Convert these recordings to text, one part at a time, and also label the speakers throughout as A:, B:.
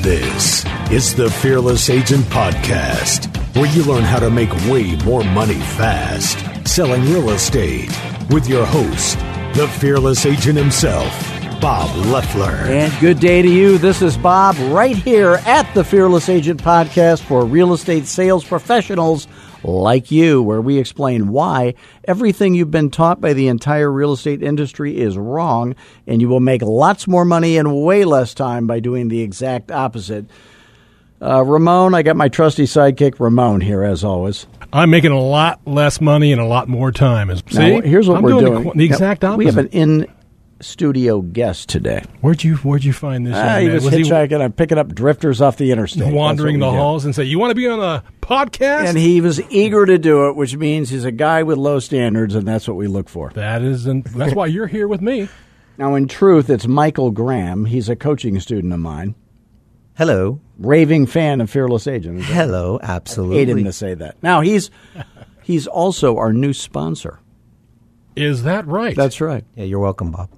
A: This is the Fearless Agent Podcast, where you learn how to make way more money fast selling real estate with your host, the Fearless Agent himself, Bob Leffler.
B: And good day to you. This is Bob right here at the Fearless Agent Podcast for real estate sales professionals like you, where we explain why everything you've been taught by the entire real estate industry is wrong, and you will make lots more money in way less time by doing the exact opposite. Uh, Ramon, I got my trusty sidekick Ramon here as always.
C: I'm making a lot less money and a lot more time. Is- See,
B: Now, here's what
C: I'm
B: we're
C: doing.
B: doing.
C: The, qu- the
B: Now,
C: exact opposite.
B: We have an in studio guest today.
C: where'd you Where'd you find this?
B: Ah,
C: young
B: he
C: man?
B: was,
C: was he
B: hitchhiking. I'm picking up drifters off the interstate. That's
C: wandering
B: what
C: the
B: we do.
C: halls and say, "You want to be on a podcast?"
B: And he was eager to do it, which means he's a guy with low standards, and that's what we look for.
C: that is, and that's why you're here with me.
B: Now, in truth, it's Michael Graham. He's a coaching student of mine,
D: Hello.
B: raving fan of Fearless Agent. I
D: Hello,
B: hate him
D: absolutely.
B: to say that. Now he's he's also our new sponsor.
C: Is that right?
B: That's right. Mm-hmm.
D: Yeah, you're welcome, Bob.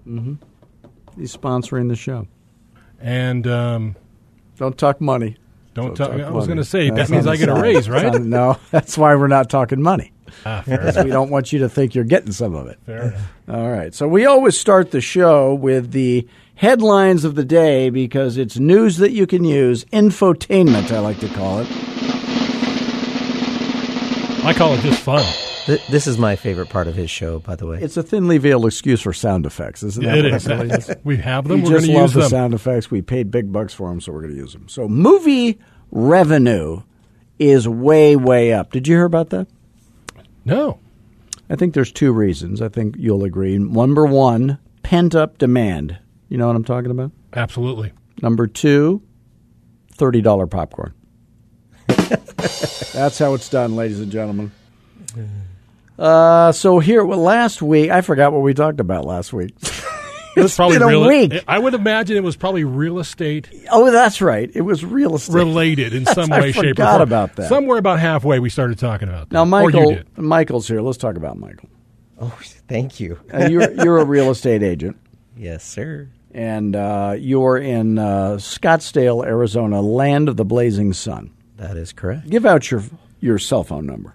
B: He's sponsoring the show.
C: and um,
B: Don't talk money. Don't
C: don't talk.
B: talk
C: I
B: money.
C: was going to say
B: That's
C: that means
B: on
C: I
B: the
C: get a
B: side.
C: raise, right?
B: That's on- no, that's why we're not talking money.
C: Ah, fair enough.
B: 'Cause we don't want you to think you're getting some of it.
C: Fair enough.
B: All right. So we always start the show with the headlines of the day because it's news that you can use, infotainment, I like to call it.
C: I call it just fun.
D: Th- this is my favorite part of his show, by the way. It's
B: It's a thinly veiled excuse for sound effects, isn't it?
C: It is. That's- we have them.
B: We
C: we're
B: just
C: going to
B: love
C: use
B: the
C: them.
B: sound effects. We paid big bucks for them, so we're going to use them. So movie revenue is way, way up. Did you hear about that?
C: No.
B: I think there's two reasons. I think you'll agree. Number one, pent up demand. You know what I'm talking about?
C: Absolutely.
B: Number two, $30 popcorn. That's how it's done, ladies and gentlemen. Uh, so here, well, last week, I forgot what we talked about last week.
C: It's probably
B: been a
C: real,
B: week.
C: I would imagine it was probably real estate
B: oh, that's right. It was real estate.
C: related in some
B: I
C: way, shape, or
B: forgot
C: form.
B: about that.
C: Somewhere about halfway, we started talking about that.
B: now,
C: or you
B: Michael,
C: did.
B: Michael's here. Let's talk about Michael.
D: oh, thank you.
B: Uh, you're, you're a real estate agent,
D: Yes, sir.
B: and uh, you're in uh, Scottsdale, Arizona, land of the blazing sun.
D: That is correct.
B: Give out your your cell phone number.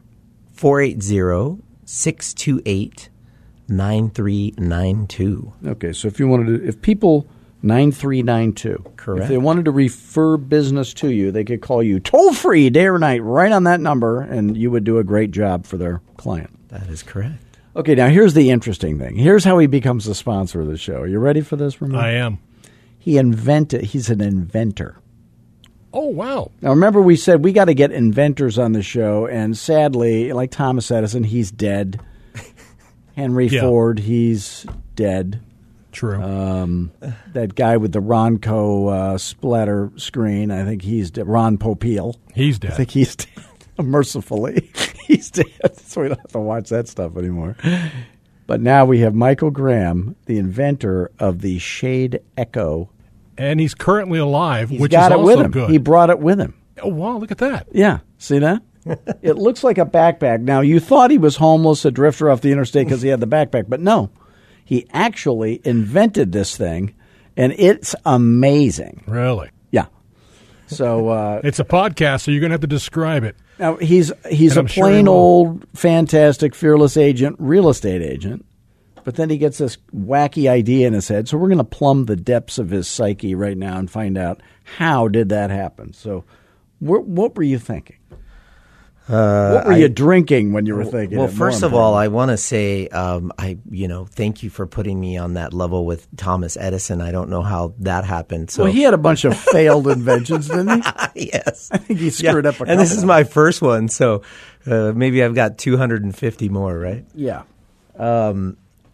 D: 480-628-9392.
B: Okay, so if you wanted to, if people nine three nine two, If
D: Correct.
B: they wanted to refer business to you, they could call you toll free day or night, right on that number, and you would do a great job for their client.
D: That is correct.
B: Okay, now here's the interesting thing. Here's how he becomes the sponsor of the show. Are you ready for this, Ramon?
C: I am.
B: He invented. He's an inventor.
C: Oh wow.
B: Now remember, we said we got to get inventors on the show, and sadly, like Thomas Edison, he's dead. Henry
C: Yeah.
B: Ford, he's dead.
C: True.
B: Uh, that guy with the Ronco uh, splatter screen. I think he's de- Ron Popeil.
C: He's
B: I
C: dead.
B: think he's dead. Mercifully, he's dead, so we don't have to watch that stuff anymore. But now we have Michael Graham, the inventor of the Shade Echo.
C: and he's currently alive,
B: He's
C: which
B: got
C: is
B: it
C: also
B: with him.
C: good.
B: He brought it with him.
C: oh wow, look at that.
B: Yeah, see that? it looks like a backpack. Now you thought he was homeless, a drifter off the interstate because he had the backpack, but no, he actually invented this thing, and it's amazing.
C: Really.
B: Yeah. So uh,
C: It's a podcast, so you're going to have to describe it.
B: now he's he's a
C: And I'm sure he
B: plain
C: will.
B: old, fantastic, fearless agent, real estate agent. But then he gets this wacky idea in his head. So we're going to plumb the depths of his psyche right now and find out how did that happen. So, wh- what were you thinking? what were you drinking when you were thinking?
D: Uh, Well,
B: it, more
D: first of all, I want to say um, I, you know, thank you for putting me on that level with Thomas Edison. I don't know how that happened. So
B: importantly? well, he had a bunch of failed inventions, didn't he?
D: yes.
B: I think he screwed up a
D: and this
B: couple.
D: is my first one, so uh, maybe I've got 250 more, right?
B: Yeah.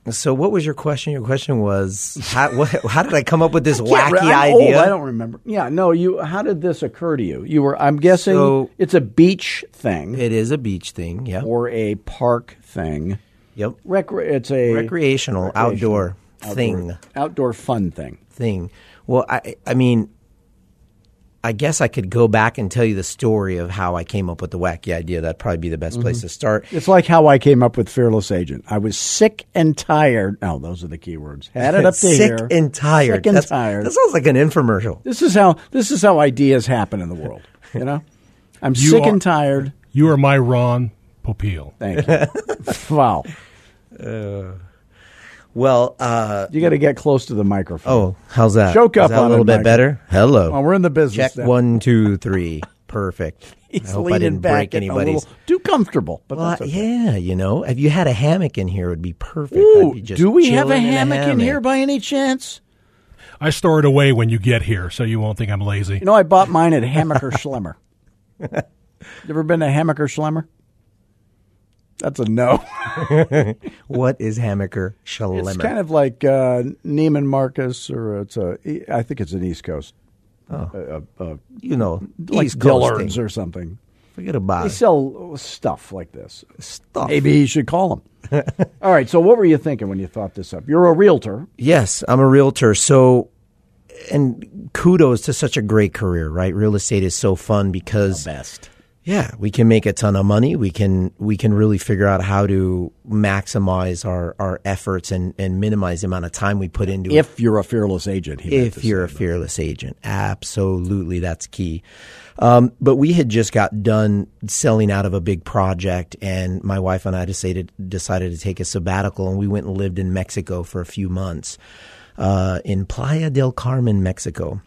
D: So, what was your question? Your question was, how, what, how did I come up with this
B: Can't
D: wacky
B: re- I'm old,
D: idea?
B: I don't remember. Yeah, no. You. How did this occur to you? You were. I'm guessing
D: So-
B: it's a beach thing
D: It is a beach thing. Yeah.
B: or a park thing.
D: Yep.
B: Recre- it's a
D: Recreational, outdoor,
B: outdoor-
D: thing.
B: outdoor fun thing.
D: Thing. Well, I, I mean, I guess I could go back and tell you the story of how I came up with the wacky idea. That'd probably be the best
B: Mm-hmm.
D: place to start.
B: It's like how I came up with Fearless Agent. I was sick and tired. No, those are the key words. Had it up to
D: sick
B: here.
D: and tired.
B: Sick and
D: That's-
B: tired.
D: That sounds like an infomercial.
B: this is how this is how ideas happen in the world. You know, I'm
C: You
B: sick
C: are-
B: and tired.
C: You are my Ron Popeil.
B: Thank you. wow,
D: Well, uh,
B: you got to get close to the microphone.
D: oh, how's that?
B: Choke
D: Is
B: up
D: that
B: on
D: a little
B: it,
D: bit
B: Mike.
D: better. Hello.
B: well, we're in the business.
D: Check
B: now.
D: one, two, three. Perfect.
B: He's
D: I hope
B: leaning
D: I didn't
B: back
D: break
B: and a
D: anybody's.
B: little too comfortable. But
D: Well,
B: that's okay.
D: yeah, you know, if you had a hammock in here, it would be perfect. I'd
B: Ooh,
D: be just
B: do we have a
D: chilling in
B: hammock in here by any chance?
C: I store it away when you get here, so you won't think I'm lazy.
B: You know, I bought mine at Hammaker Schlemmer. you ever been to Hammaker Schlemmer? That's a no.
D: What is hammocker
B: It's
D: shalimmer?
B: kind of like uh, Neiman Marcus, or it's a. I think it's an East Coast,
D: you know,
B: like
D: East Coast
B: Dillard's
D: thing.
B: or something.
D: Forget
B: They
D: about it.
B: sell stuff like this.
D: Stuff.
B: Maybe you should call them. All right. So, what were you thinking when you thought this up? You're a realtor.
D: Yes, I'm a realtor. So, and kudos to such a great career, right? Real estate is so fun because
B: Best.
D: yeah, we can make a ton of money. We can we can really figure out how to maximize our our efforts and and minimize the amount of time we put into it.
B: If you're a fearless agent, he meant to
D: if you're a fearless agent. Absolutely, that's key. Um, but we had just got done selling out of a big project, and my wife and I decided decided to take a sabbatical, and we went and lived in Mexico for a few months, uh, in Playa del Carmen, Mexico.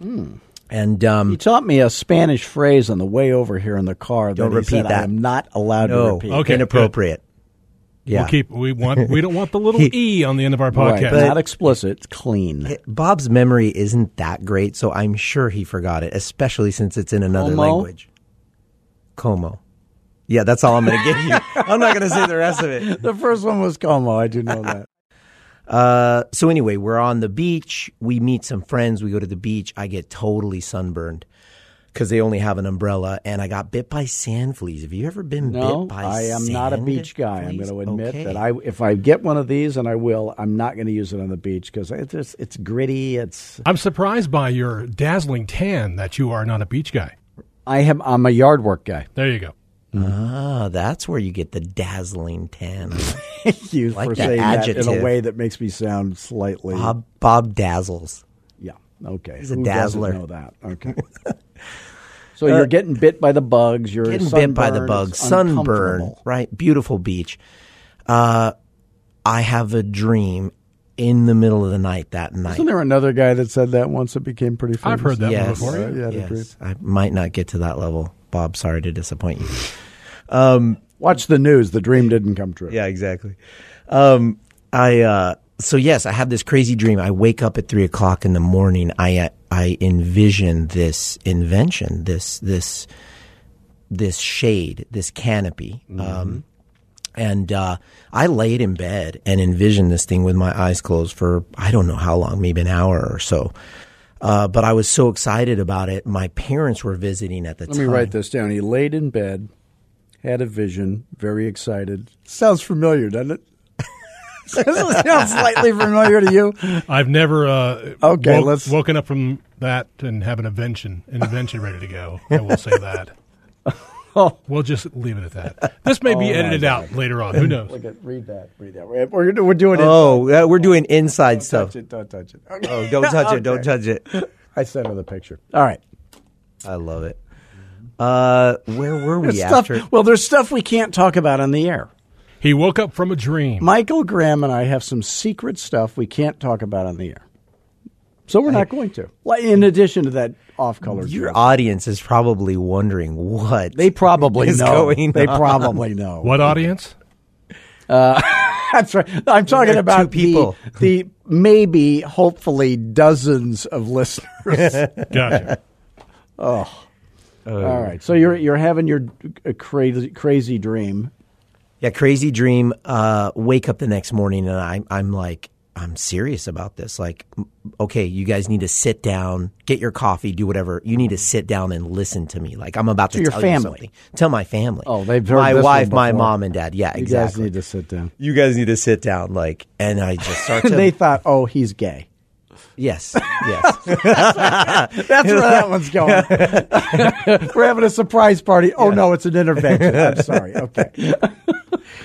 D: And um,
B: He taught me a Spanish phrase on the way over here in the car. That
D: Don't
B: he
D: repeat
B: said I
D: that.
B: am not allowed to
D: no,
B: repeat.
C: Okay,
D: inappropriate. Yeah,
C: We'll keep. We want. We don't want the little e on the end of our
B: Right,
C: podcast.
B: not explicit. It's clean.
D: Bob's memory isn't that great, so I'm sure he forgot it, especially since it's in another
B: Como?
D: language. Como. Yeah, that's all I'm going to give you. I'm not going to say the rest of it.
B: the first one was Como. I do know that.
D: Uh, so anyway, we're on the beach. We meet some friends. We go to the beach. I get totally sunburned because they only have an umbrella, and I got bit by sand fleas. Have you ever been
B: No,
D: bit by?
B: I am not a
D: sand
B: beach guy. I'm going
D: fleas?
B: to admit
D: Okay.
B: that I, if I get one of these, and I will, I'm not going to use it on the beach because it's just, it's gritty. It's
C: I'm surprised by your dazzling tan that you are not a beach guy.
B: I am I'm a yard work guy.
C: There you go.
D: ah, that's where you get the dazzling tan.
B: Thank you
D: Like
B: for
D: that
B: saying that in
D: adjective.
B: a way that makes me sound slightly.
D: Bob, Bob dazzles.
B: yeah. Okay.
D: He's a
B: Who doesn't
D: dazzler. Uh,
B: Know that. Okay. so you're getting bit by the bugs. You're
D: getting bit by the
B: sunburned,
D: bug,
B: it's
D: sunburn,
B: uncomfortable.
D: right? Beautiful beach. Uh, I have a dream in the middle of the night that night.
B: Wasn't there another guy that said that once? It became pretty. Famous?
C: I've heard that
D: Yes.
C: one before.
B: Uh, yeah, the dream.
D: yes, I might not get to that level, Bob. Sorry to disappoint you.
B: Watch the news. The dream didn't come true.
D: yeah, exactly. Um, I uh, so yes, I have this crazy dream. I wake up at three o'clock in the morning. I uh, I envision this invention, this this this shade, this canopy.
B: Mm-hmm.
D: Um, and uh, I laid in bed and envisioned this thing with my eyes closed for I don't know how long, maybe an hour or so. Uh, but I was so excited about it. My parents were visiting at the
B: Let
D: time.
B: me write this down. He laid in bed, had a vision, very excited. Sounds familiar, doesn't it? sounds slightly familiar to you.
C: I've never uh,
B: Okay,
C: woke-
B: let's-
C: woken up from that and have an invention, an invention ready to go. I will say that.
B: Oh.
C: We'll just leave it at that. This may be edited out later on. Who knows?
B: Look at, read that. Read that. We're, we're, we're doing it.
D: Oh, yeah, we're doing inside
B: don't
D: stuff.
B: touch it. Don't touch it. Okay.
D: Oh, don't touch it. Don't touch it.
B: I sent her the picture. All right.
D: I love it.
B: Mm-hmm.
D: Uh, where were we
B: Stuff,
D: after?
B: well, there's stuff we can't talk about on the air.
C: He woke up from a dream.
B: Michael Graham and I have some secret stuff we can't talk about on the air. So we're not going to. Well, In addition to that off-color
D: Your
B: joke.
D: audience is probably wondering what
B: they probably
D: is
B: know.
D: going
B: they
D: on.
B: probably know.
C: What audience?
B: That's right. I'm talking
D: Two
B: about the-
D: people.
B: The, maybe, hopefully, dozens of listeners.
C: Gotcha.
B: All right. So you're you're having your uh, crazy crazy dream.
D: Yeah, crazy dream. Uh, wake up the next morning and I'm I'm like I'm serious about this. Like, m- okay, you guys need to sit down, get your coffee, do whatever. You need to sit down and listen to me. Like, I'm about to,
B: Mm-hmm. your
D: tell
B: family.
D: you something. Tell my family.
B: Oh, they've heard
D: my
B: this
D: wife,
B: one
D: my
B: before.
D: mom and dad. Yeah,
B: You guys
D: exactly.
B: need to sit down.
D: you guys need to sit down. Like, and I just start to
B: they thought, oh, he's gay.
D: Yes, yes.
B: That's where that one's going. We're having a surprise party. Oh no, it's an intervention. I'm sorry. Okay,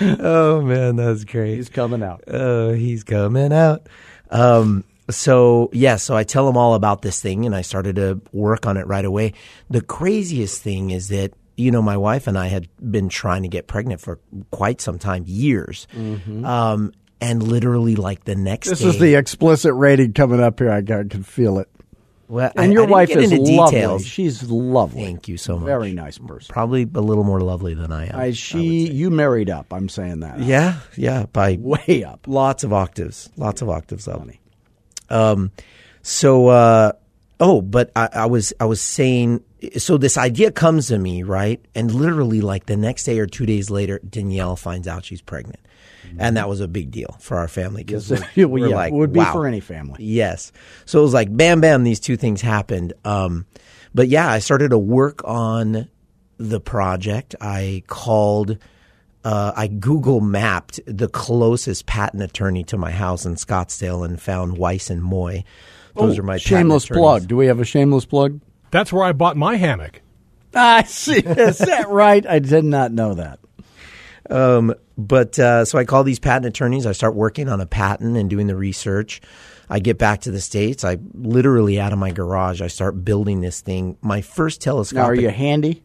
D: oh man, that's great.
B: he's coming out.
D: Oh, he's coming out. Um, so yeah, so I tell him all about this thing, and I started to work on it right away. The craziest thing is that you know my wife and I had been trying to get pregnant for quite some time, years, um, and literally like the next.
B: Mm-hmm. This
D: day,
B: is the explicit rating coming up here. I ca- can feel it.
D: well, I-
B: And your
D: I didn't
B: wife
D: get
B: is
D: into
B: lovely.
D: details.
B: She's lovely.
D: Thank you so much.
B: Very nice person.
D: Probably a little more lovely than I am.
B: I, she, you married up. I'm saying that.
D: yeah, yeah, by
B: Way up.
D: lots of octaves, lots of octaves up. Um, so uh, oh, but I, I was I was saying so this idea comes to me right, and literally like the next day or two days later, Danielle finds out she's pregnant, and that was a big deal for our family because
B: Well,
D: we're
B: yeah,
D: like,
B: would be
D: wow.
B: for any family.
D: Yes. So it was like bam, bam, these two things happened. Um, but yeah, I started to work on the project. I called, uh, I Google mapped the closest patent attorney to my house in Scottsdale and found Weiss and Moy. Those are my patent
B: Oh, shameless
D: attorneys.
B: plug. Do we have a shameless plug?
C: That's where I bought my hammock.
B: I see. Is that right? I did not know that.
D: But uh, so I call these patent attorneys. I start working on a patent and doing the research. I get back to the states. I literally out of my garage. I start building this thing. My first telescopic.
B: Now, are you handy?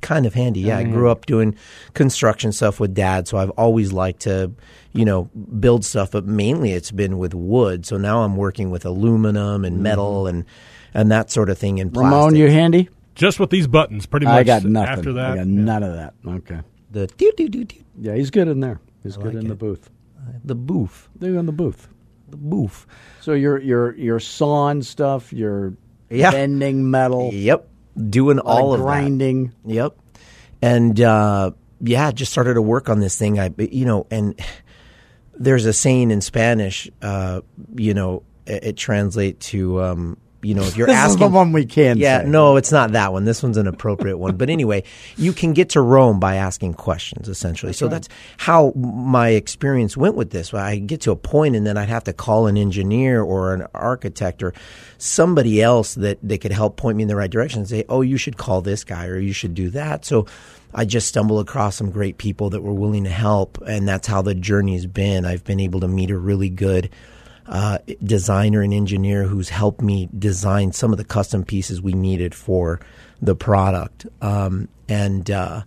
D: kind of handy. Yeah,
B: Mm-hmm.
D: I grew up doing construction stuff with dad, so I've always liked to, you know, build stuff, but mainly it's been with wood. So now I'm working with aluminum and metal and and that sort of thing and plastic.
B: Mm-hmm. Ramon, you handy?
C: Just with these buttons, pretty much.
B: I got nothing.
C: After that,
B: I got none of that. Okay.
D: the doo doo doo doo
B: Yeah, he's good in there. He's good in the booth.
D: the boof,
B: They're in the booth.
D: the boof.
B: So your your your sawing stuff, your
D: Yeah.
B: bending metal,
D: Yep, doing
B: a lot
D: all
B: of
D: of that.
B: grinding.
D: Yep. And uh, yeah, just started to work on this thing. I, you know, and there's a saying in Spanish. Uh, you know, it, it translates to, um, you know, if you're
B: This is
D: asking
B: the one we can.
D: yeah,
B: say.
D: no, it's not that one. This one's an appropriate one. But anyway, you can get to Rome by asking questions, essentially. so that's how my experience went with this. I get to a point, and then I'd have to call an engineer or an architect or somebody else that they could help point me in the right direction and say, "Oh, you should call this guy or you should do that." So. I just stumbled across some great people that were willing to help, and that's how the journey's been. I've been able to meet a really good uh, designer and engineer who's helped me design some of the custom pieces we needed for the product. Um, and uh,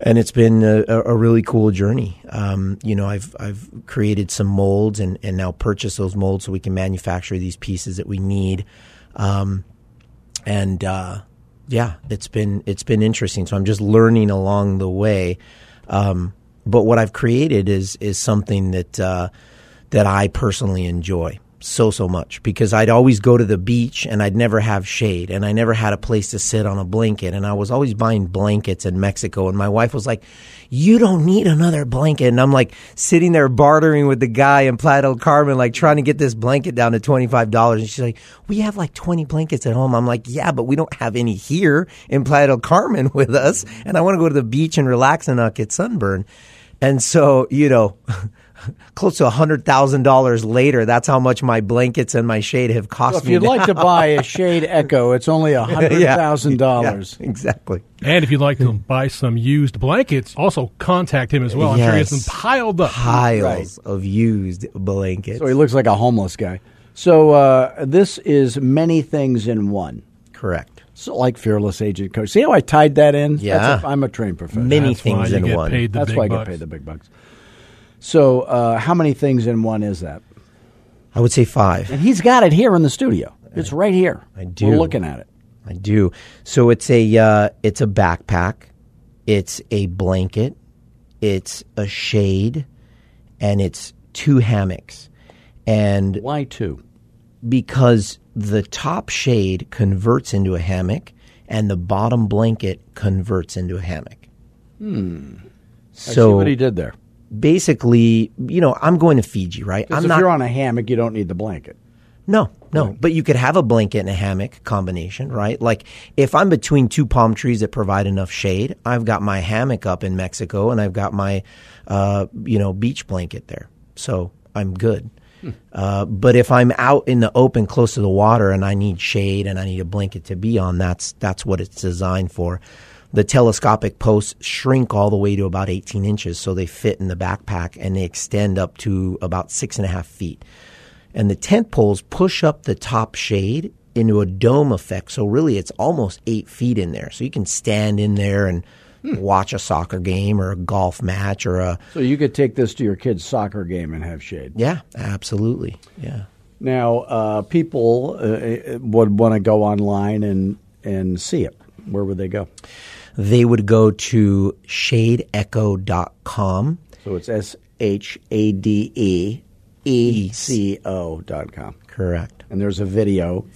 D: and it's been a, a really cool journey. Um, you know, I've I've created some molds and and now purchase those molds so we can manufacture these pieces that we need. Um, and uh, yeah, it's been it's been interesting. So I'm just learning along the way. Um, but what I've created is is something that uh, that I personally enjoy so so much because I'd always go to the beach and I'd never have shade and I never had a place to sit on a blanket and I was always buying blankets in Mexico and my wife was like you don't need another blanket and I'm like sitting there bartering with the guy in Playa del Carmen like trying to get this blanket down to $25 and she's like we have like 20 blankets at home I'm like yeah but we don't have any here in Playa del Carmen with us and I want to go to the beach and relax and not get sunburned and so, you know, close to $100,000 later, that's how much my blankets and my shade have cost
B: So if
D: me.
B: you'd
D: now.
B: like to buy a Shade Echo, it's only a hundred
D: Yeah.
B: thousand dollars.
D: Yeah, exactly.
C: and if you'd like to buy some used blankets, also contact him as well. I'm sure he has
D: Yes.
C: them piled up.
D: Piles of used blankets.
B: So he looks like a homeless guy. So uh, this is many things in one.
D: Correct.
B: So like fearless agent coach. See how I tied that in?
D: Yeah.
B: That's a, I'm a trained professional.
D: Many
C: That's why
D: things
C: you
D: in
C: get
D: one.
C: Paid the
B: That's
C: big
B: why I
C: bucks.
B: get paid the big bucks. So uh, how many things in one is that?
D: I would say five.
B: And he's got it here in the studio. It's right here. I
D: do.
B: We're looking at it.
D: I do. So it's a uh, it's a backpack, it's a blanket, it's a shade, and it's two hammocks. And
B: Why two?
D: because the top shade converts into a hammock and the bottom blanket converts into a hammock. Hmm.
B: I
D: So
B: see what he did there.
D: basically, you know, I'm going to Fiji, right?
B: Because
D: I'm
B: if
D: not.
B: you're on a hammock, you don't need the blanket.
D: no, no. But you could have a blanket and a hammock combination, right? Like if I'm between two palm trees that provide enough shade, I've got my hammock up in Mexico and I've got my, uh, you know, beach blanket there. So I'm good. Uh, but if I'm out in the open, close to the water, and I need shade and I need a blanket to be on, that's that's what it's designed for. The telescopic posts shrink all the way to about 18 inches, so they fit in the backpack and they extend up to about six and a half feet. And the tent poles push up the top shade into a dome effect, so really it's almost eight feet in there. So you can stand in there and watch a soccer game or a golf match or a
B: So you could take this to your kid's soccer game and have shade.
D: yeah, absolutely, yeah.
B: Now, uh, people uh, would want to go online and, and see it. Where would they go?
D: they would go to shadeecho.com.
B: So it's S H A D E E C O dot com.
D: Correct.
B: And there's a video.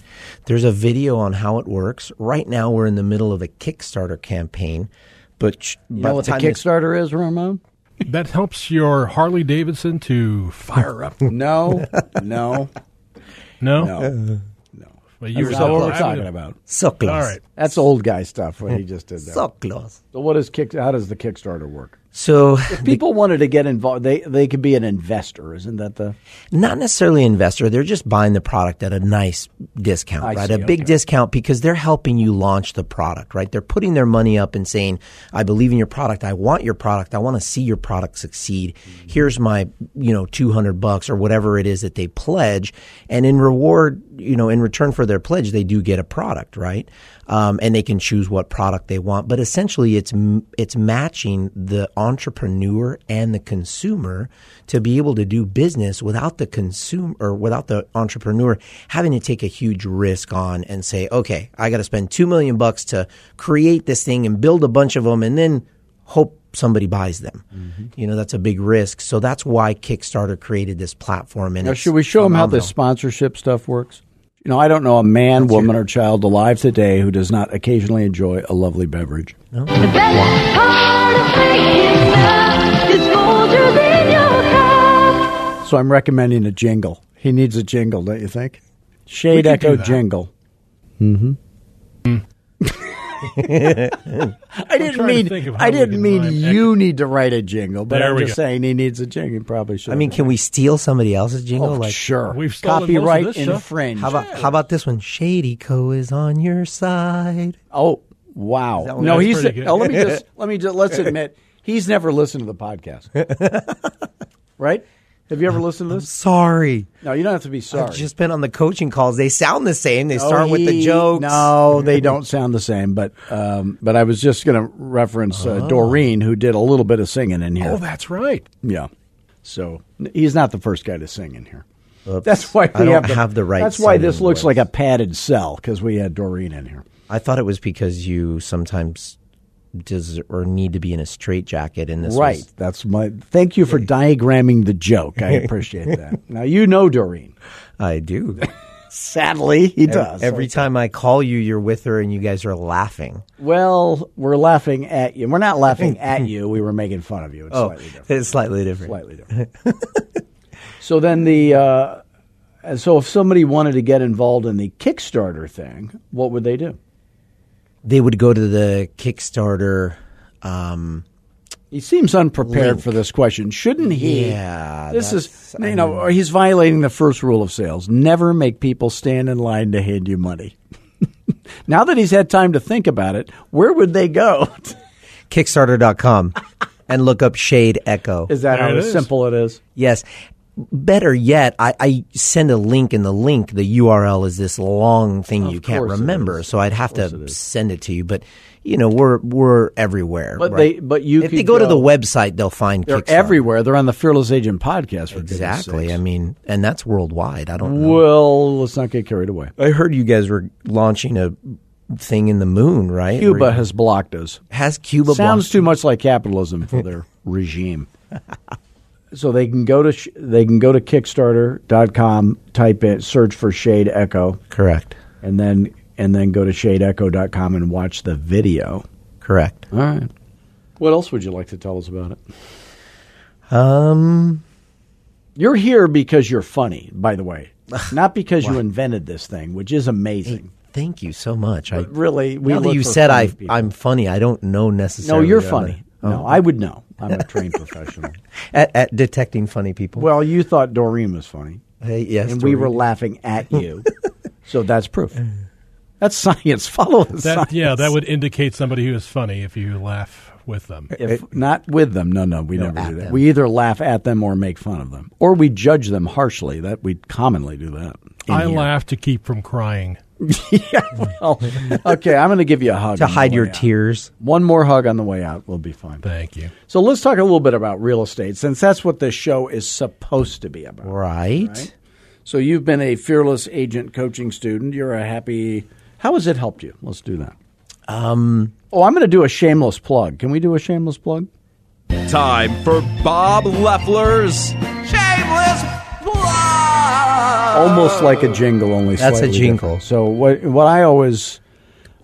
D: There's a video on how it works. Right now, we're in the middle of a Kickstarter campaign, but sh-
B: You
D: by
B: know
D: the
B: what the
D: time this-
B: Kickstarter is, Ramon?
C: That helps your Harley Davidson to fire up.
B: No, no,
C: No,
B: no.
C: But
B: That's
C: you were
B: not
C: so
B: what we're
C: I-
B: talking about.
D: so close,
C: All right.
B: That's old guy stuff. What he just did there.
D: so close.
B: So what is kick? How does the Kickstarter work?
D: So
B: People wanted to get involved. They they could be an investor, isn't that the?
D: not necessarily an investor. They're just buying the product at a nice discount, right?
B: see,
D: a big discount because they're helping you launch the product, right? They're putting their money up and saying, I believe in your product. I want your product. I want to see your product succeed. Here's my, you know, 200 bucks or whatever it is that they pledge. And in reward, you know, in return for their pledge, they do get a product, right? Um, and they can choose what product they want. But essentially, it's m- it's matching the entrepreneur and the consumer to be able to do business without the consumer or without the entrepreneur having to take a huge risk on and say, okay, I got to spend two million bucks to create this thing and build a bunch of them, and then hope somebody buys them.
B: Mm-hmm.
D: You know, that's a big risk. So that's why Kickstarter created this platform. And
B: Now,
D: it's
B: should we show them how this
D: phenomenal.
B: sponsorship stuff works? You know, I don't know a man, woman, or child alive today who does not occasionally enjoy a lovely beverage.
E: The best part of making love is Folgers in your cup.
B: So I'm recommending a jingle. He needs a jingle, don't you think? Shade
C: could
B: Echo
C: do that.
B: jingle. Mm-hmm. I didn't
C: trying to
B: mean
C: think of how
B: I
C: we
B: didn't
C: can
B: mean
C: rhyme
B: you need to write a jingle, but
C: There
B: I'm
C: we
B: just
C: go.
B: saying he needs a jingle. He probably should.
D: I mean, can we steal somebody else's jingle?
B: oh,
D: like,
B: sure.
C: We've stolen most of
B: copyright
C: this stuff.
B: infringed.
D: How about how about this one? Shady Co is on your side.
B: Oh wow!
D: what-
B: No,
C: That's
B: he's.
C: pretty good.
B: Oh, let me just let me just let's admit he's never listened to the podcast, right? Have you ever listened to this?
D: Sorry.
B: No, you don't have to be sorry. Oh,
D: I've just been on the coaching calls. They sound the same. They start with the
B: he-
D: jokes.
B: No, they don't sound the same. But um, but I was just going to reference
D: Oh.
B: uh, Doreen, who did a little bit of singing in here.
C: Oh, that's right.
B: yeah. So n- he's not the first guy to sing in here.
D: Oops.
B: That's why we
D: I don't
B: have, the,
D: have the right
B: That's why this
D: singing
B: looks
D: voice.
B: like a padded cell because we had Doreen in here.
D: I thought it was because you sometimes does or need to be in a straitjacket in this.
B: Right.
D: was-
B: That's my. Thank you for diagramming the joke. I appreciate that. Now you know Doreen.
D: I do.
B: Sadly, he does.
D: Every time I call you, you're with her, and you guys are laughing.
B: well, we're laughing at you. We're not laughing at you. We were making fun of you. It's
D: Oh,
B: slightly different.
D: it's slightly different.
B: Slightly different. so then the. Uh, and so if somebody wanted to get involved in the Kickstarter thing, what would they do?
D: They would go to the Kickstarter. Um,
B: He seems unprepared for this question. Shouldn't he?
D: Yeah,
B: This is, you know, he's violating the first rule of sales never make people stand in line to hand you money. now that he's had time to think about it, where would they go?
D: Kickstarter.com and look up Shade Echo.
B: is that
C: There
B: how
C: it is.
B: simple it is?
D: Yes. Better yet, I, I send a link, and the link, the URL, is this long thing you can't
B: course it
D: remember.
B: is.
D: So I'd have to send it to you. But you know, we're we're everywhere.
B: But
D: right?
B: they- but you
D: if they
B: could
D: go, to the
B: go-
D: website, they'll find
B: They're
D: Kickstarter.
B: everywhere. They're on the Fearless Agent podcast. For goodness
D: Exactly. I
B: sakes.
D: mean, and that's worldwide. I don't know.
B: Well, let's not get carried away.
D: I heard you guys were launching a thing in the moon, right?
B: Cuba
D: Where-
B: has blocked us.
D: has Cuba
B: Sounds
D: blocked-
B: too much like capitalism for their regime. So they can go to sh- they can go to Kickstarter.com, type in search for Shade Echo,
D: correct.
B: and then and then go to shadeecho.com and watch the video.
D: Correct.
B: All right. What else would you like to tell us about it?
D: Um.
B: You're here because you're funny, by the way, not because you invented this thing, which is amazing.
D: Thank you so much. I
B: Really, we
D: now that
B: look
D: you
B: for
D: said
B: funny
D: I,
B: people.
D: I'm funny, I don't know
B: No,
D: necessarily. Oh.
B: you're
D: that I'm
B: funny. Oh. No, I would know. I'm a trained professional.
D: a- At, at detecting funny people.
B: Well, you thought Doreen was funny.
D: Hey, yes,
B: and we
D: Tori.
B: were laughing at you. so that's proof. That's science. Follow the
C: That,
B: science.
C: yeah, that would indicate somebody who is funny if you laugh with them.
B: If not with them, no, no, we never
D: at
B: do that.
D: them.
B: We either laugh at them or make fun of them, or we judge them harshly. That we commonly do that.
C: I laugh to keep from crying.
B: Well, Oh, okay, I'm going to give you a hug
D: to
B: on the
D: hide
B: way
D: your
B: out.
D: tears.
B: One more hug on the way out. We'll be fine.
C: Thank you.
B: So let's talk a little bit about real estate, since that's what this show is supposed to be about.
D: Right.
B: So you've been a fearless agent coaching student. You're a happy. How has it helped you? Let's do that. Um, oh, I'm going to do a shameless plug. Can we do a shameless plug?
F: Time for Bob Leffler's Shameless Plug.
B: Almost like a jingle, only
D: That's a
B: slightly
D: jingle.
B: different. So what? What I always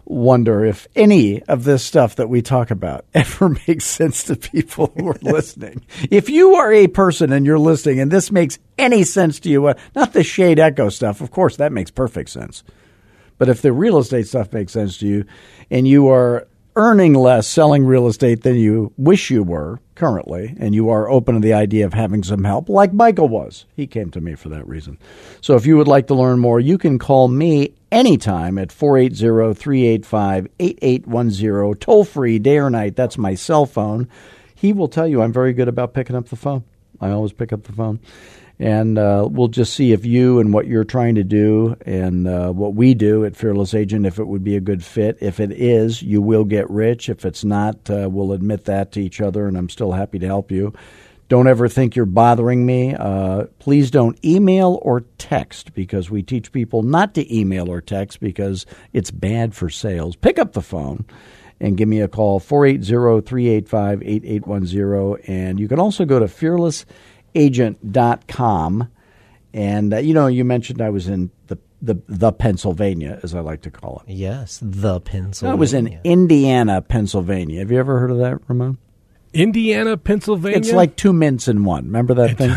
B: wonder if any of this stuff that we talk about ever makes sense to people who are listening. If you are a person and you're listening, and this makes any sense to you, uh, not the shade echo stuff. Of course, that makes perfect sense. But if the real estate stuff makes sense to you and you are earning less selling real estate than you wish you were currently, and you are open to the idea of having some help, like Michael was, he came to me for that reason. So if you would like to learn more, you can call me anytime at 480 385 8810, toll free, day or night. That's my cell phone. He will tell you I'm very good about picking up the phone. I always pick up the phone. And uh, we'll just see if you and what you're trying to do and uh, what we do at Fearless Agent, if it would be a good fit. If it is, you will get rich. If it's not, uh, we'll admit that to each other, and I'm still happy to help you. Don't ever think you're bothering me. Uh, please don't email or text because we teach people not to email or text because it's bad for sales. Pick up the phone and give me a call 480-385-8810 and you can also go to fearlessagent.com and uh, you know you mentioned I was in the the, the Pennsylvania as I like to call it.
D: Yes, the pencil.
B: I was in Indiana, Pennsylvania. Have you ever heard of that, Ramon?
C: Indiana, Pennsylvania.
B: It's like two mints in one. Remember that thing?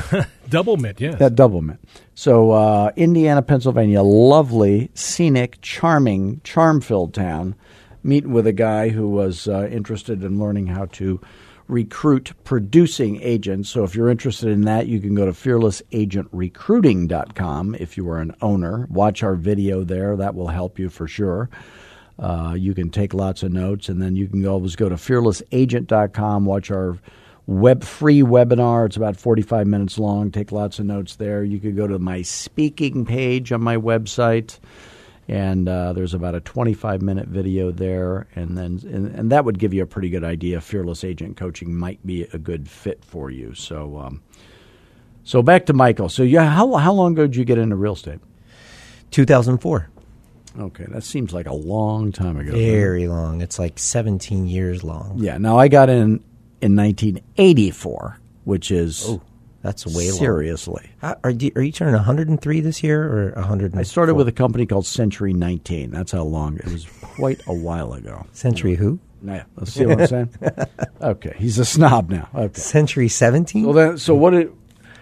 C: double mint. Yes.
B: That double mint. So uh, Indiana, Pennsylvania, lovely, scenic, charming, charm-filled town. Meeting with a guy who was uh, interested in learning how to recruit producing agents. So if you're interested in that, you can go to fearlessagentrecruiting.com if you are an owner. Watch our video there. That will help you for sure. Uh, you can take lots of notes, and then you can always go to fearlessagent.com, watch our web free webinar. It's about 45 minutes long. Take lots of notes there. You could go to my speaking page on my website, and uh, there's about a 25 minute video there, and then and, and that would give you a pretty good idea. Fearless agent coaching might be a good fit for you. So, um, so back to Michael. So, yeah, how how long ago did you get into real estate?
D: 2004.
B: Okay, that seems like a long time ago.
D: Very long. It's like 17 years long.
B: Yeah. Now I got in in 1984, which is
D: That's way long.
B: seriously.
D: How- Are, do- are you turning 103 this year or 100?
B: I started with a company called Century 19. That's how long it was. Quite a while ago.
D: century who?
B: Yeah. Let's see what I'm saying. Okay. He's a snob now. Okay.
D: Century 17.
B: So then, so what did,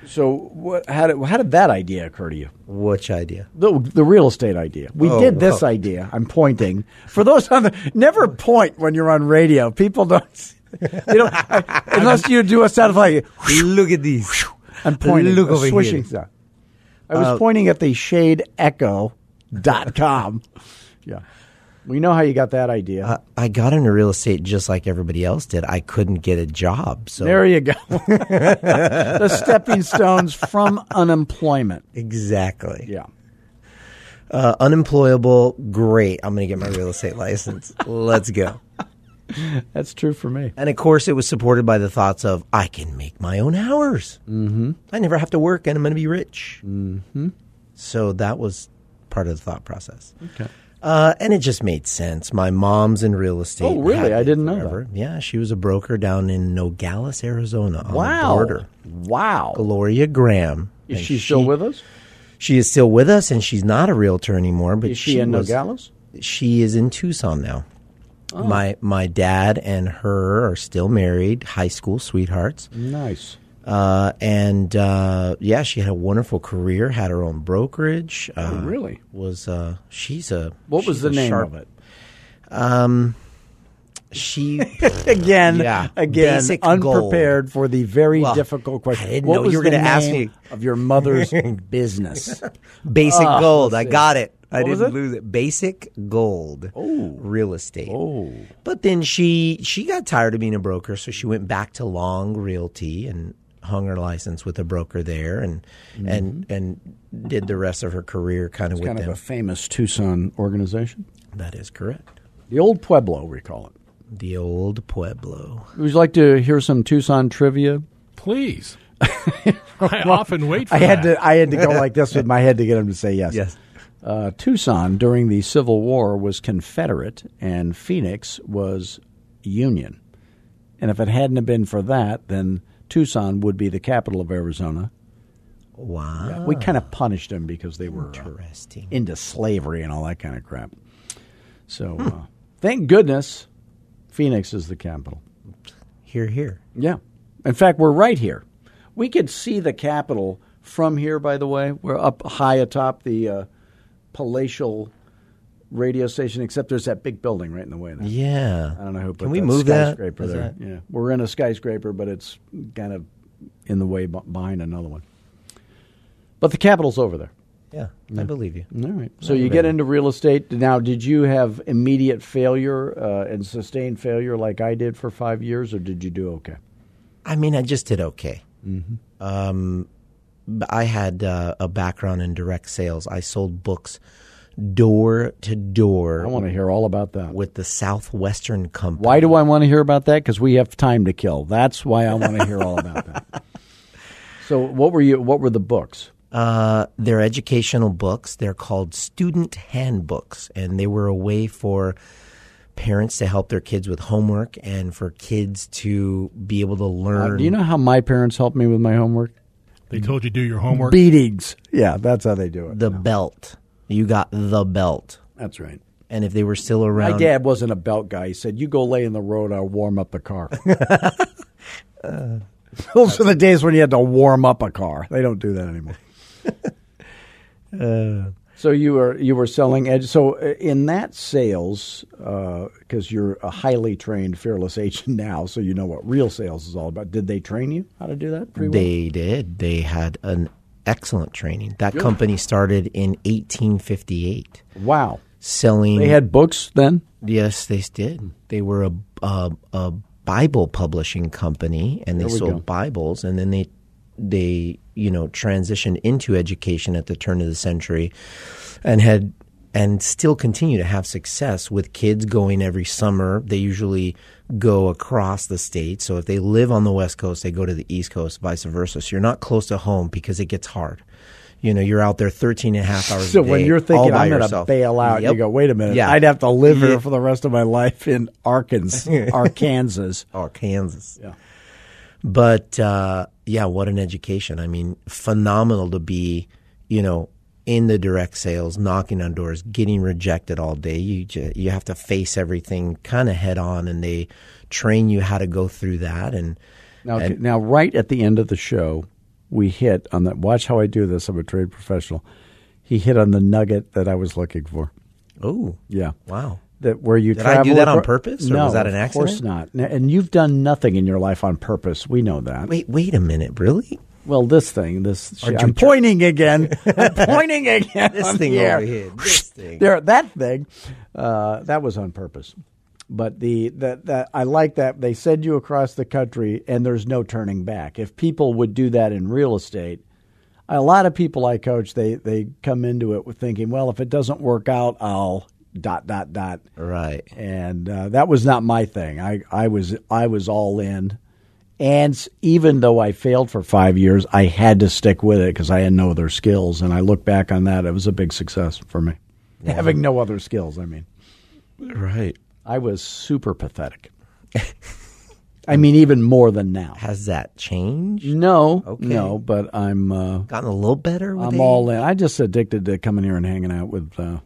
B: so what? How did how did that idea occur to you?
D: Which idea?
B: The, the real estate idea. We
D: Oh,
B: did this
D: wow.
B: idea. I'm pointing for those on the never point when you're on radio. People don't. You know, unless you do a sound like
D: Look at these.
B: I'm pointing.
D: Look
B: I'm
D: over
B: swishing
D: here.
B: stuff. I was pointing at the shadeecho.com. yeah. We know how you got that idea.
D: I, I got into real estate just like everybody else did. I couldn't get a job, so
B: there you go. the stepping stones from unemployment.
D: exactly.
B: Yeah.
D: Uh, unemployable, great. I'm going to get my real estate license. Let's go.
B: That's true for me.
D: And of course, it was supported by the thoughts of I can make my own hours. Mm-hmm. I never have to work, and I'm going to be rich. Mm-hmm. So that was part of the thought process. Okay. Uh, and it just made sense. My mom's in real estate.
B: Oh, really?
D: Had
B: I
D: been
B: didn't know that.
D: Yeah, she was a broker down in Nogales, Arizona. On The border.
B: Wow.
D: Gloria Graham.
B: Is
D: And
B: she still with us?
D: She is still with us, and she's not a realtor anymore. But
B: Is she, in
D: was-
B: Nogales?
D: She is in Tucson now.
B: Oh.
D: My my dad and her are still married, high school sweethearts,
B: Mm. Nice.
D: uh, and uh, yeah, she had a wonderful career, had her own brokerage. Uh,
B: Oh, really?
D: Was uh, she's a
B: What was
D: she's
B: the
D: a
B: name
D: sharp-
B: of it?
D: she
B: again,
D: Yeah.
B: again,
D: Basic goal.
B: unprepared for the very
D: Well,
B: difficult question.
D: I didn't
B: what
D: know
B: was
D: you were
B: the
D: gonna ask
B: name
D: me.
B: of your mother's business?
D: basic
B: Ah,
D: gold. I
B: let's see.
D: got it. I
B: What was
D: didn't
B: it?
D: lose it. Basic gold. Oh, real estate. Oh, but then she she got tired of being a broker, so she went back to Long Realty and hung her license with a broker there, and
B: Mm-hmm.
D: and and did the rest of her career kind of with
B: kind of
D: them.
B: a famous Tucson organization,
D: that is correct.
B: the old Pueblo, we call it.
D: The old Pueblo.
B: Would you like to hear some Tucson trivia?
C: Please. I often wait for
B: I had
C: that.
B: to I had to go like this with my head to get him to say yes. Uh, Tucson during the Civil War was Confederate, and Phoenix was Union. And if it hadn't have been for that, then Tucson would be the capital of Arizona.
D: Wow.
B: We kind of punished them because they were uh,
D: Interesting.
B: into slavery and all that kind of crap. So uh, thank goodness Phoenix is the capital.
D: Here, here.
B: Yeah. In fact, we're right here. We could see the Capitol from here, by the way. We're up high atop the uh, palatial radio station, except there's that big building right in the way. There.
D: Yeah.
B: I don't know who put
D: Can we
B: that
D: move that?
B: skyscraper
D: Is
B: there.
D: that-
B: Yeah. We're in a skyscraper, but it's kind of in the way b- behind another one. But the Capitol's over there.
D: Yeah, I believe you.
B: All right. So you get into real estate. Now, did you have immediate failure uh, and sustained failure like I did for five years, or did you do okay?
D: I mean, I just did okay.
B: Mm-hmm.
D: Um, but I had uh, a background in direct sales. I sold books door to
B: I
D: door
B: want to hear all about that.
D: with the Southwestern Company.
B: Why do I want to hear about that? Because we have time to kill. That's why I want to hear all about that. So, what were you? What were the books?
D: Uh, they're educational books. They're called student handbooks, and they were a way for parents to help their kids with homework and for kids to be able to learn.
B: Uh, Do you know how my parents helped me with my homework?
C: They told you do your homework.
B: Beatings. Yeah, that's how they do it.
D: the belt? You got the belt,
B: That's right.
D: and if they were still around,
B: My dad wasn't a belt guy. He said, "You go lay in the road. I'll warm up the car." Those are the days when you had to warm up a car. They don't do that anymore. so you were you were selling edge. So uh, in that sales, because you're a highly trained, fearless agent now, so you know what real sales is all about. Did they train you how to do that? pretty well?
D: They did. They had an excellent training. That company started in 1858,
B: wow.
D: selling.
B: They had books then.
D: yes, they did. They were a a, a Bible publishing company, and they
B: we
D: sold
B: go.
D: Bibles, and then they they you know transitioned into education at the turn of the century, and had and still continue to have success with kids going every summer. They usually go across the state. So if they live on the West Coast, they go to the East Coast, vice versa. So you're not close to home because it gets hard. You know, you're out there 13 and a half hours
B: So
D: a day.
B: when you're
D: all
B: thinking
D: by
B: I'm going to
D: yourself.
B: bail out,
D: Yep.
B: you go, wait a minute,
D: Yeah.
B: I'd have to live here
D: Yeah.
B: for the rest of my life in Arkansas, Arkansas.
D: or Kansas.
B: Yeah.
D: But uh, yeah, what an education. I mean, phenomenal to be, you know, in the direct sales, knocking on doors, getting rejected all day. You ju- you have to face everything kind of head on, and they train you how to go through that. And
B: Now, now, right at the end of the show, we hit on that. Watch how I do this. I'm a trade professional. He hit on the nugget that I was looking for.
D: oh,
B: Yeah.
D: wow,
B: That where you
D: Did I do
B: travel
D: that on
B: acro-
D: purpose, or
B: no,
D: was that an
B: Of course not.
D: accident?
B: N- And you've done nothing in your life on purpose. We know that.
D: wait, wait a minute, really?
B: Well, this thing, this shit-
D: you
B: I'm pointing again. I'm pointing again.
D: This
B: on
D: thing
B: the air.
D: over here, this thing.
B: There, that thing. Uh, that was on purpose. But the that that I like that they send you across the country and there's no turning back. If people would do that in real estate, a lot of people I coach they they come into it with thinking, well, if it doesn't work out, I'll dot dot dot
D: Right.
B: and uh, that was not my thing. I, I was I was all in, and s- even though I failed for five years, I had to stick with it because I had no other skills. And I look back on that; it was a big success for me. Having no other skills, I mean,
D: Right.
B: I was super pathetic. I mean, even more than now.
D: Has that changed?
B: No,
D: Okay.
B: no, but I'm uh,
D: Gotten a little better? With
B: I'm
D: age?
B: all in. I just addicted to coming here and hanging out with uh,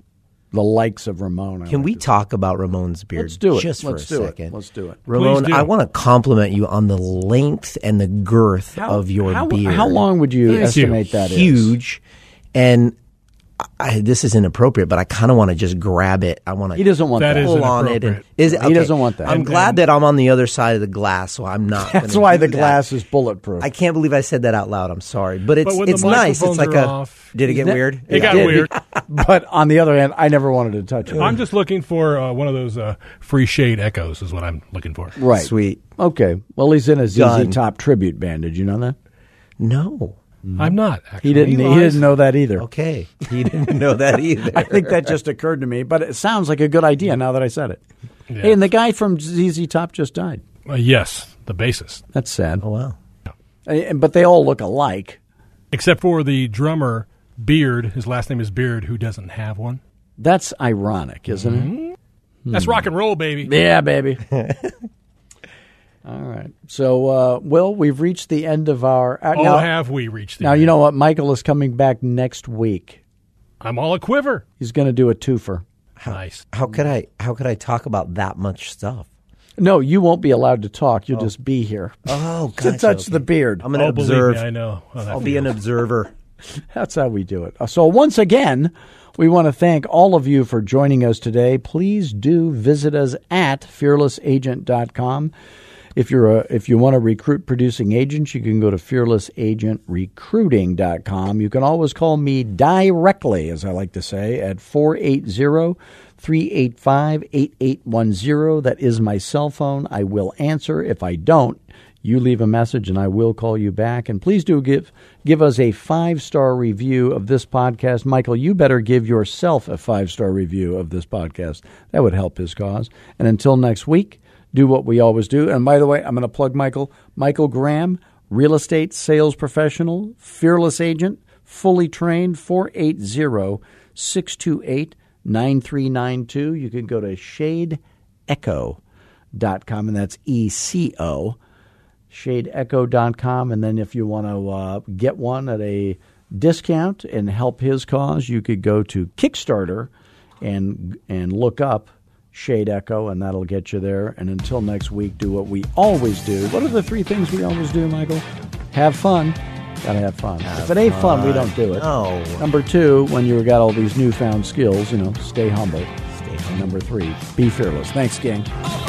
B: the likes of Ramon. I
D: Can
B: like
D: we
B: to-
D: talk about Ramon's beard
B: Let's do it.
D: just for
B: Let's
D: a
B: do it.
D: second?
B: Let's do it.
D: Ramon,
C: Please do.
D: I want to compliment you on the length and the girth of your
B: how,
D: beard.
B: How long would you
C: Thank you.
B: estimate that is?
D: Huge. And I, this is inappropriate, but I kind of want to just grab it. I want to.
B: He doesn't want that. Oh,
C: That is-
D: pull on it. And,
C: inappropriate.
D: is it
B: He doesn't want that.
D: I'm
B: And-
D: glad that I'm on the other side of the glass, so I'm not.
B: That's
D: gonna
B: why
D: do
B: the
D: that.
B: glass is bulletproof.
D: I can't believe I said that out loud. I'm sorry, but it's
C: when the
D: it's nice. It's
C: microphones
D: like
C: are
D: a.
C: off-
D: did it get weird?
C: It got
B: did.
C: weird.
B: but on the other hand, I never wanted to touch it.
C: I'm just looking for uh, one of those uh, free shade echoes. Is what I'm looking for.
B: right.
D: Sweet.
B: Okay. Well, he's in a ZZ
D: Done.
B: Top tribute band. Did you know that?
D: No.
C: Mm-hmm. I'm not. Actually.
B: He didn't. He,
C: lies.
B: didn't know that either.
D: Okay. He didn't know that either.
B: I think that just occurred to me, but it sounds like a good idea now that I said it. Hey, and the guy from ZZ Top just died.
C: Uh, yes, the bassist,
B: That's sad.
D: Oh wow.
B: Eh, But they all look alike.
C: except for the drummer Beard. His last name is Beard, who doesn't have one.
B: That's ironic, isn't it?
D: Hmm.
C: That's rock and roll, baby.
B: Yeah, baby. all right. So, uh, Will, we've reached the end of our. Uh,
C: Oh,
B: now,
C: have we reached? The
B: now,
C: end.
B: you know what? Michael is coming back next week.
C: I'm all a quiver.
B: He's going to do a twofer.
C: Nice.
D: How could I? How could I talk about that much stuff?
B: No, you won't be allowed to talk. You'll just be here
D: Oh,
B: to
D: gotcha,
B: touch
D: okay.
B: the beard.
D: I'm going to
C: oh,
D: observe.
C: believe me, I know. how that
D: I'll be an
C: feels.
D: observer.
B: That's how we do it. Uh, So, once again, we want to thank all of you for joining us today. Please do visit us at fearlessagent.com. If you're a, if you want to recruit producing agents, you can go to fearlessagentrecruiting.com. You can always call me directly, as I like to say, at 480 385 8810. That is my cell phone. I will answer. If I don't, you leave a message and I will call you back. And please do give give us a five star review of this podcast. Michael, you better give yourself a five star review of this podcast. That would help his cause. And until next week, do what we always do. And by the way, I'm going to plug Michael. Michael Graham, real estate sales professional, fearless agent, fully trained, 480 628 9392. You can go to shadeecho.com, and that's E C O shadeecho.com. And then if you want to uh, get one at a discount and help his cause, you could go to Kickstarter and and look up Shade Echo, and that'll get you there. And until next week, do what we always do. What are the three things we always do, Michael? Have fun. Gotta have fun. if it ain't fun, we don't do it.
D: No.
B: Number two, when you got all these newfound skills, you know, stay humble. Stay humble. Number three, be fearless. Thanks, gang.
E: All